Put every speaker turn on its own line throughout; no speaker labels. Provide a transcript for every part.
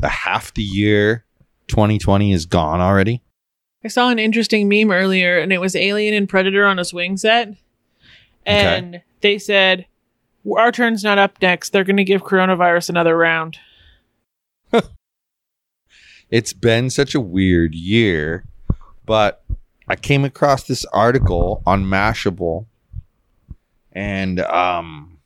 the half the year 2020 is gone already?
I saw an interesting meme earlier, and it was Alien and Predator on a swing set. And they said, Our turn's not up next. They're going to give coronavirus another round.
It's been such a weird year, but I came across this article on Mashable and um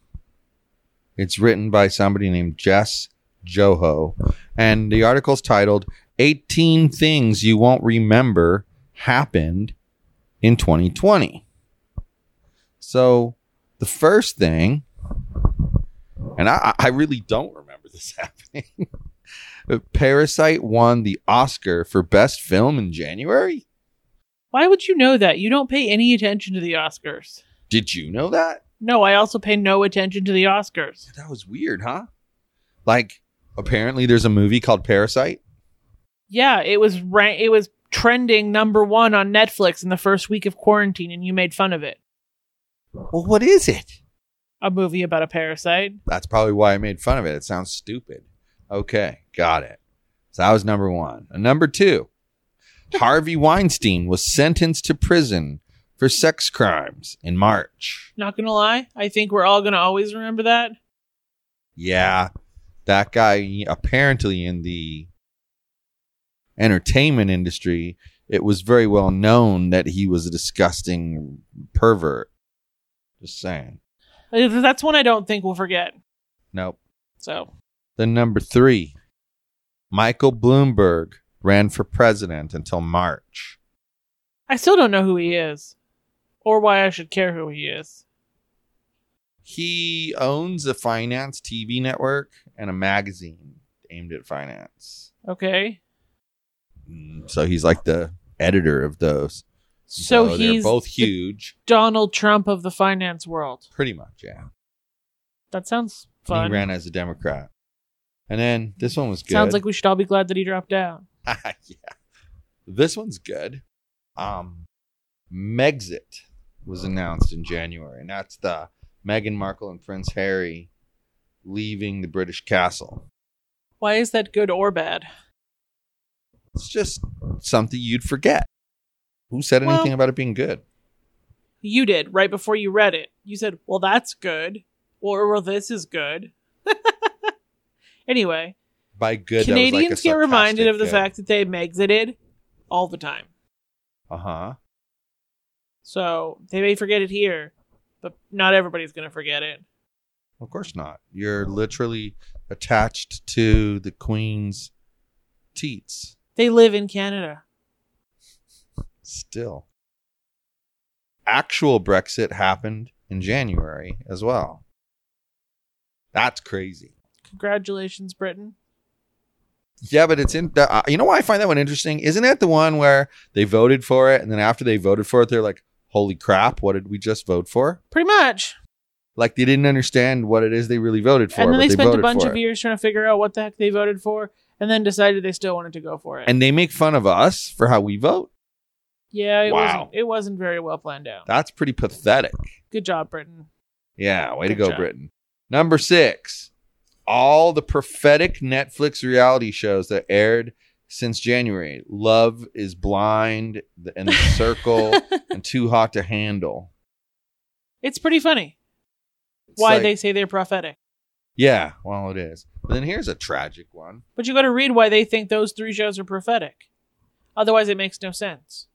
it's written by somebody named Jess Joho and the article's titled 18 things you won't remember happened in 2020. So, the first thing and I I I really don't remember this happening. Parasite won the Oscar for Best Film in January?
Why would you know that? You don't pay any attention to the Oscars.
Did you know that?
No, I also pay no attention to the Oscars.
That was weird, huh? Like, apparently there's a movie called Parasite.
Yeah, it was rank- it was trending number 1 on Netflix in the first week of quarantine and you made fun of it.
Well, what is it?
A movie about a parasite.
That's probably why I made fun of it. It sounds stupid. Okay, got it. So that was number one. And number two, Harvey Weinstein was sentenced to prison for sex crimes in March.
Not gonna lie, I think we're all gonna always remember that.
Yeah, that guy apparently in the entertainment industry, it was very well known that he was a disgusting pervert. Just saying.
Uh, That's one I don't think we'll forget.
Nope.
So
Then number three, Michael Bloomberg ran for president until March.
I still don't know who he is, or why I should care who he is.
He owns a finance TV network and a magazine aimed at finance.
Okay,
Mm, So he's like the editor of those.
So
they're
he's
both
the-
huge.
Donald Trump of the finance world.
Pretty much, yeah.
That sounds
He
fun.
ran as a Democrat. And then this one was good.
Sounds like we should all be glad that he dropped out.
yeah. This one's good. Um Megxit was announced in January, and that's the Meghan Markle and Prince Harry leaving the British castle.
Why is that good or bad?
It's just something you'd forget. Who said
Well-
anything about it being good?
You did right before you read it. You said, "Well, that's good," or "Well, this is good." anyway,
By good, that was like a
Canadians get reminded
sarcastic
of the
good.
fact that they've exited all the time.
Uh huh.
So they may forget it here, but not everybody's going to forget it.
Of course not. You're literally attached to the Queen's teats.
They live in Canada.
still. Actual Brexit happened in January as well. That's crazy.
Congratulations, Britain.
Yeah, but it's in. The, uh, you know why I find that one interesting? Isn't that the one where they voted for it, and then after they voted for it, they're like, "Holy crap! What did we just vote for?"
Pretty much.
Like they didn't understand what it is they really voted for.
and then
but
they, spent a
voted
bunch
for
of
it.
years trying to figure out what the heck they voted for and then decided they still wanted to go for it.
And they make fun of us for how we vote.
yeah, it
Wow.
wasn't it wasn't very well planned out.
That's pretty pathetic.
Good job, Britain.
Yeah, way to
Good
go,
job.
Britain. Number six, all the prophetic Netflix reality shows that aired since January Love is Blind, The- and The Circle, and Too Hot to Handle.
It's pretty funny
It's
why
like,
they say they're prophetic.
Yeah, well, it is. But then here's a tragic one.
But you got to read why they think those three shows are prophetic. Otherwise, it makes no sense.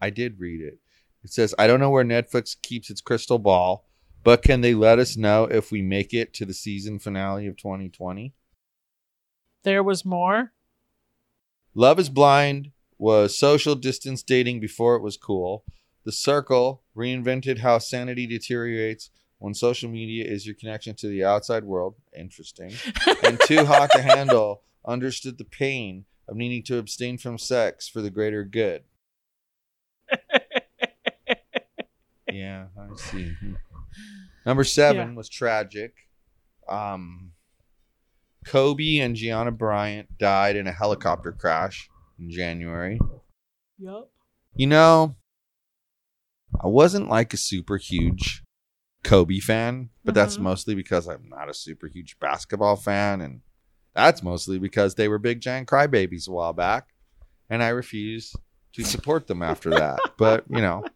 I did read it. It says, I don't know where Netflix keeps its crystal ball, but can they let us know if we make it to the season finale of 2020?
There was more.
Love is Blind was social distance dating before it was cool. The Circle reinvented how sanity deteriorates when social media is your connection to the outside world. Interesting. and Too Hot to Handle understood the pain of needing to abstain from sex for the greater good. yeah, I see. Number seven was tragic. Um, Kobe and Gianna Bryant died in a helicopter crash in January.
Yup.
You know, I wasn't like a super huge Kobe fan, but that's
Mhm.
mostly because I'm not a super huge basketball fan. And that's mostly because they were big giant crybabies a while back. And I refused to support them after that. But, you know,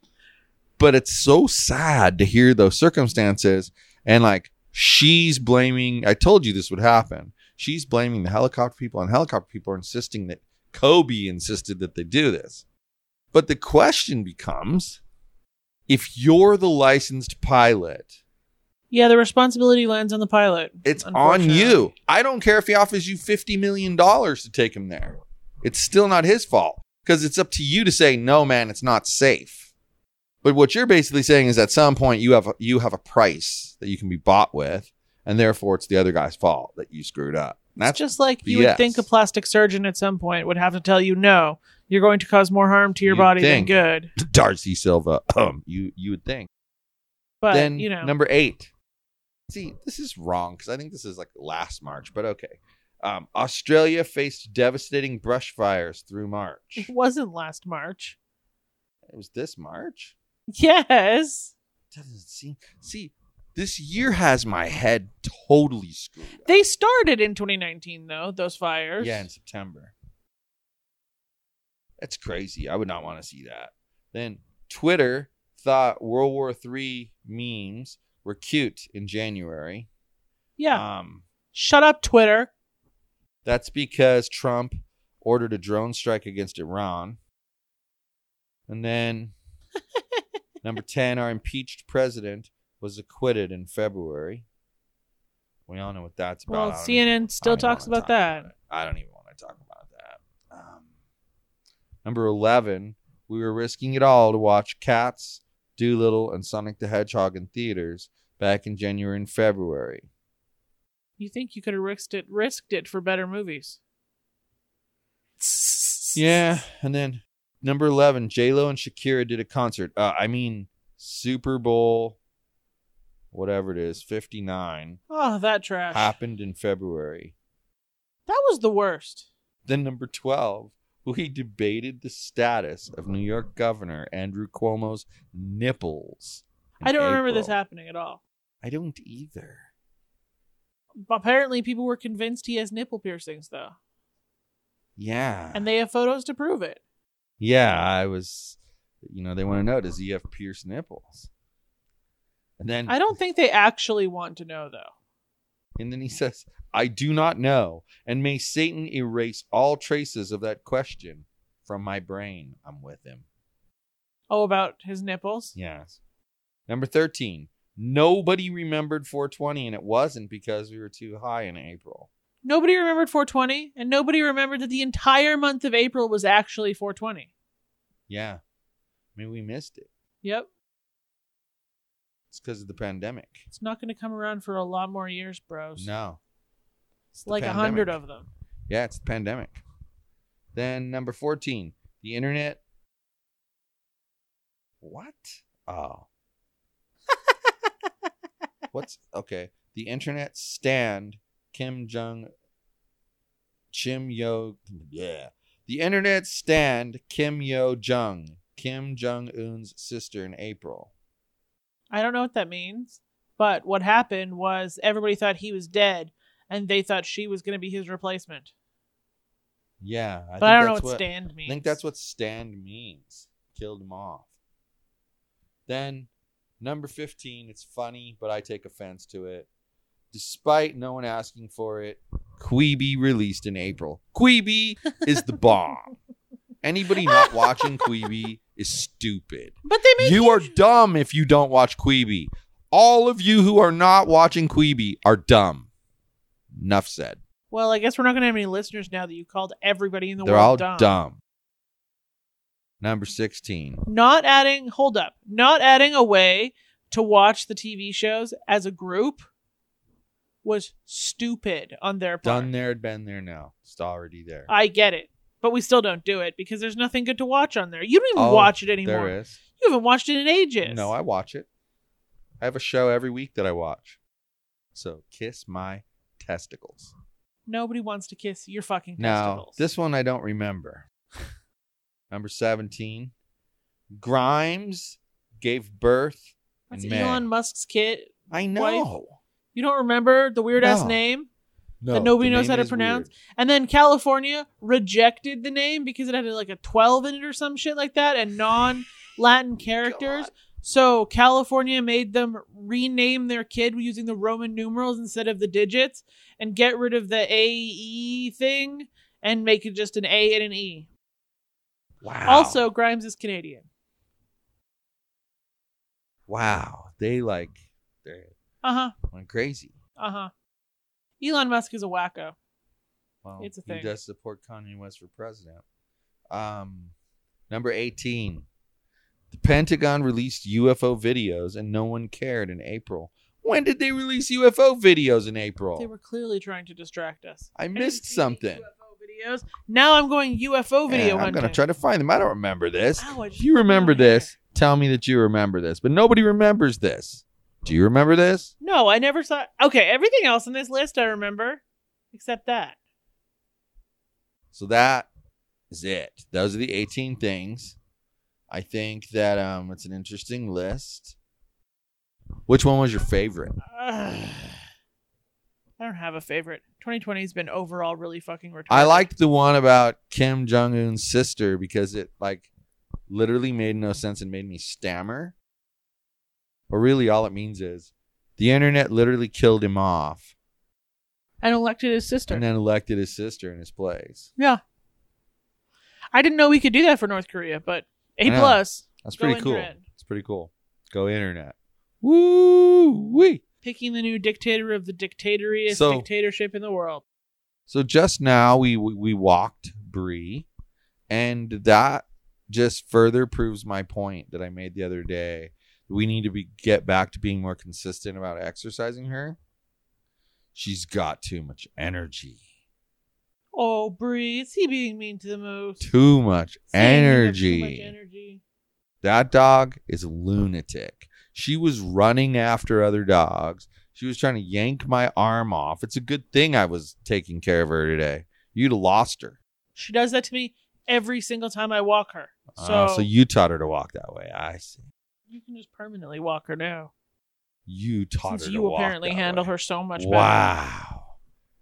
but it's so sad to hear those circumstances. And like, she's blaming, I told you this would happen. She's blaming the helicopter people, and helicopter people are insisting that Kobe insisted that they do this. But the question becomes if you're the licensed pilot,
Yeah, the responsibility lands on the pilot.
it's on you. I don't care if he offers you $50 million to take him there. It's still not his fault because it's up to you to say, no, man, it's not safe. But what you're basically saying is at some point you have, you have a price that you can be bought with, and therefore it's the other guy's fault that you screwed up. And That's
That's just like you would
BS.
think a plastic surgeon at some point would have to tell you, no, you're going to cause more harm to your
You'd
body
think.
than good.
Darcy Silva. Um, you, you would think.
But
then
you know,
number eight. See, this is wrong because I think this is like last March, but okay. Um, Australia faced devastating brush fires through March.
it wasn't last March.
It was this March.
Yes,
Doesn't seem. See, this year has my head totally screwed. up.
they started in 2019 though. Those fires.
Yeah, in September. That's crazy. I would not want to see that. Then Twitter thought World War III memes were cute in January.
yeah.
Um,
Shut up, Twitter.
That's because Trump ordered a drone strike against Iran. And then number 10, our impeached president was acquitted in February. We all know what that's about.
Well,
I don't even-
CNN still
I don't even
talks
wanna
about
talk
that.
it. I don't even want to talk about that. Um, number 11, we were risking it all to watch Cats, Doolittle, and Sonic the Hedgehog in theaters back in January and February.
You think you could have risked it, risked it for better movies?
Yeah, and then number eleven, J Lo and Shakira did a concert. Uh, I mean Super Bowl, whatever it is, fifty nine
Oh, that trash.
happened in February.
That was the worst.
Then number twelve, we debated the status of New York Governor Andrew Cuomo's nipples. in
I don't remember this
April.
happening at all.
I don't either.
Apparently, people were convinced he has nipple piercings, though,
Yeah,
and they have photos to prove it.
Yeah, I was. You know, they want to know does he have pierced nipples? And then
I don't think they actually want to know, though.
And then he says, I do not know, and may Satan erase all traces of that question from my brain. I'm with him.
Oh, about his nipples?
Yes. Number 13. Nobody remembered 420, and it wasn't because we were too high in April.
Nobody remembered 420, and nobody remembered that the entire month of April was actually 420.
Yeah. I mean, we missed it.
Yep.
It's because of the pandemic.
It's not going to come around for a lot more years, bros.
No.
it's like a
pandemic.
hundred of them.
Yeah, it's the pandemic. Then number 14, the internet. What? Oh. What's okay? The internet stand Kim Jong Chim Yo yeah. The internet stand Kim Yo Jung, Kim Jong Un's sister in April.
I don't know what that means, but what happened was everybody thought he was dead, and they thought she was going to be his replacement.
Yeah, I
but I don't know
that's
what, stand means.
I think that's what stand means. Killed him off. Then number 15, it's funny, but I take offense to it. despite no one asking for it. Queeby released in April. Queeby is the bomb. Anybody not watching Queeby is stupid.
But they make
You are dumb if you don't watch Queeby. All of you who are not watching Queeby are dumb. Enough said.
Well, I guess we're not going to have any listeners now that you called everybody in the
They're
world
all
dumb.
dumb. Number 16.
Not adding, hold up, not adding a way to watch the TV shows as a group was stupid on their part.
Done there, been there now. It's already there.
I get it, but we still don't do it because there's nothing good to watch on there. You don't even
Oh,
watch it anymore.
there is.
You haven't watched it in ages.
No, I watch it. I have a show every week that I watch. So kiss my testicles.
Nobody wants to kiss your fucking
Now,
testicles.
this one I don't remember. Number 17. Grimes gave birth.
That's
May.
Elon Musk's kid.
I know.
You don't remember the weird ass
No.
name?
No,
That nobody
the
knows
name
how to
is
pronounce?
weird.
And then California rejected the name because it had like a 12 in it or some shit like that and non Latin characters.
God.
So California made them rename their kid using the Roman numerals instead of the digits and get rid of the AE thing and make it just an A and an E.
Wow.
Also, Grimes is Canadian.
wow. They like, they're
Uh huh.
going crazy.
Uh huh. Elon Musk is a wacko.
Well,
It's a
he
thing.
does support Kanye West for president. Um, number 18. The Pentagon released UFO videos and no one cared in April. When did they release UFO videos in April?
They were clearly trying to distract us.
Oh. I
didn't
missed
see any
something.
UFO videos. Now I'm going UFO video
Yeah, I'm
hunting.
going to try to find them. I don't remember this.
Ow, I
If
just
you
put it on
remember
my
this,
hair.
tell me that you remember this. But nobody remembers this. Do you remember this?
No, I never saw. Okay, everything else in this list I remember, except that.
So that is it. Those are the 18 things. I think that um, it's an interesting list. Which one was your favorite?
Ugh. I don't have a favorite. 2020 has been overall really fucking retarded.
I liked the one about Kim Jong Un's sister because it like literally made no sense and made me stammer. But really, all it means is the internet literally killed him off
and elected his sister.
and then elected his sister in his place.
yeah, I didn't know we could do that for North Korea, but A
Yeah.
plus.
That's
Go
pretty cool.
internet.
It's pretty cool. Go internet. Woo wee.
Picking the new dictator of the dictatoriest
So-
dictatorship in the world.
So just now we we, we walked Bree, and that just further proves my point that I made the other day. We need to be get back to being more consistent about exercising her. She's got too much energy.
Oh, Bree, is he being mean to the moose?
Too much
Saying you have
energy.
Too much energy.
That dog is a lunatic. She was running after other dogs. She was trying to yank my arm off. It's a good thing I was taking care of her today. You'd have lost her.
She does that to me every single time I walk her. So,
Uh, So, so
you-,
you taught her to walk that way. I see.
can just permanently walk her now.
You taught
Since
her.
you
to walk
apparently
that
handle
way.
her so much better.
Wow.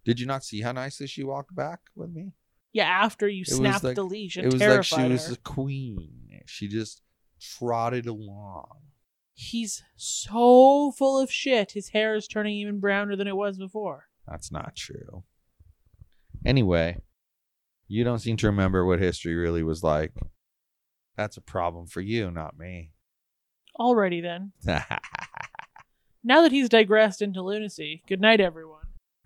Did you not see how nicely she walked back with me?
Yeah, after you
was
snapped
like-
the leash and
It was like
terrified
she was
her.
a queen. She just trotted along.
He's so full of shit. His hair is turning even browner than it was before.
That's not true. Anyway, you don't seem to remember what history really was like. That's a problem for you, not me.
Alrighty then. Now that he's digressed into lunacy, good night, everyone.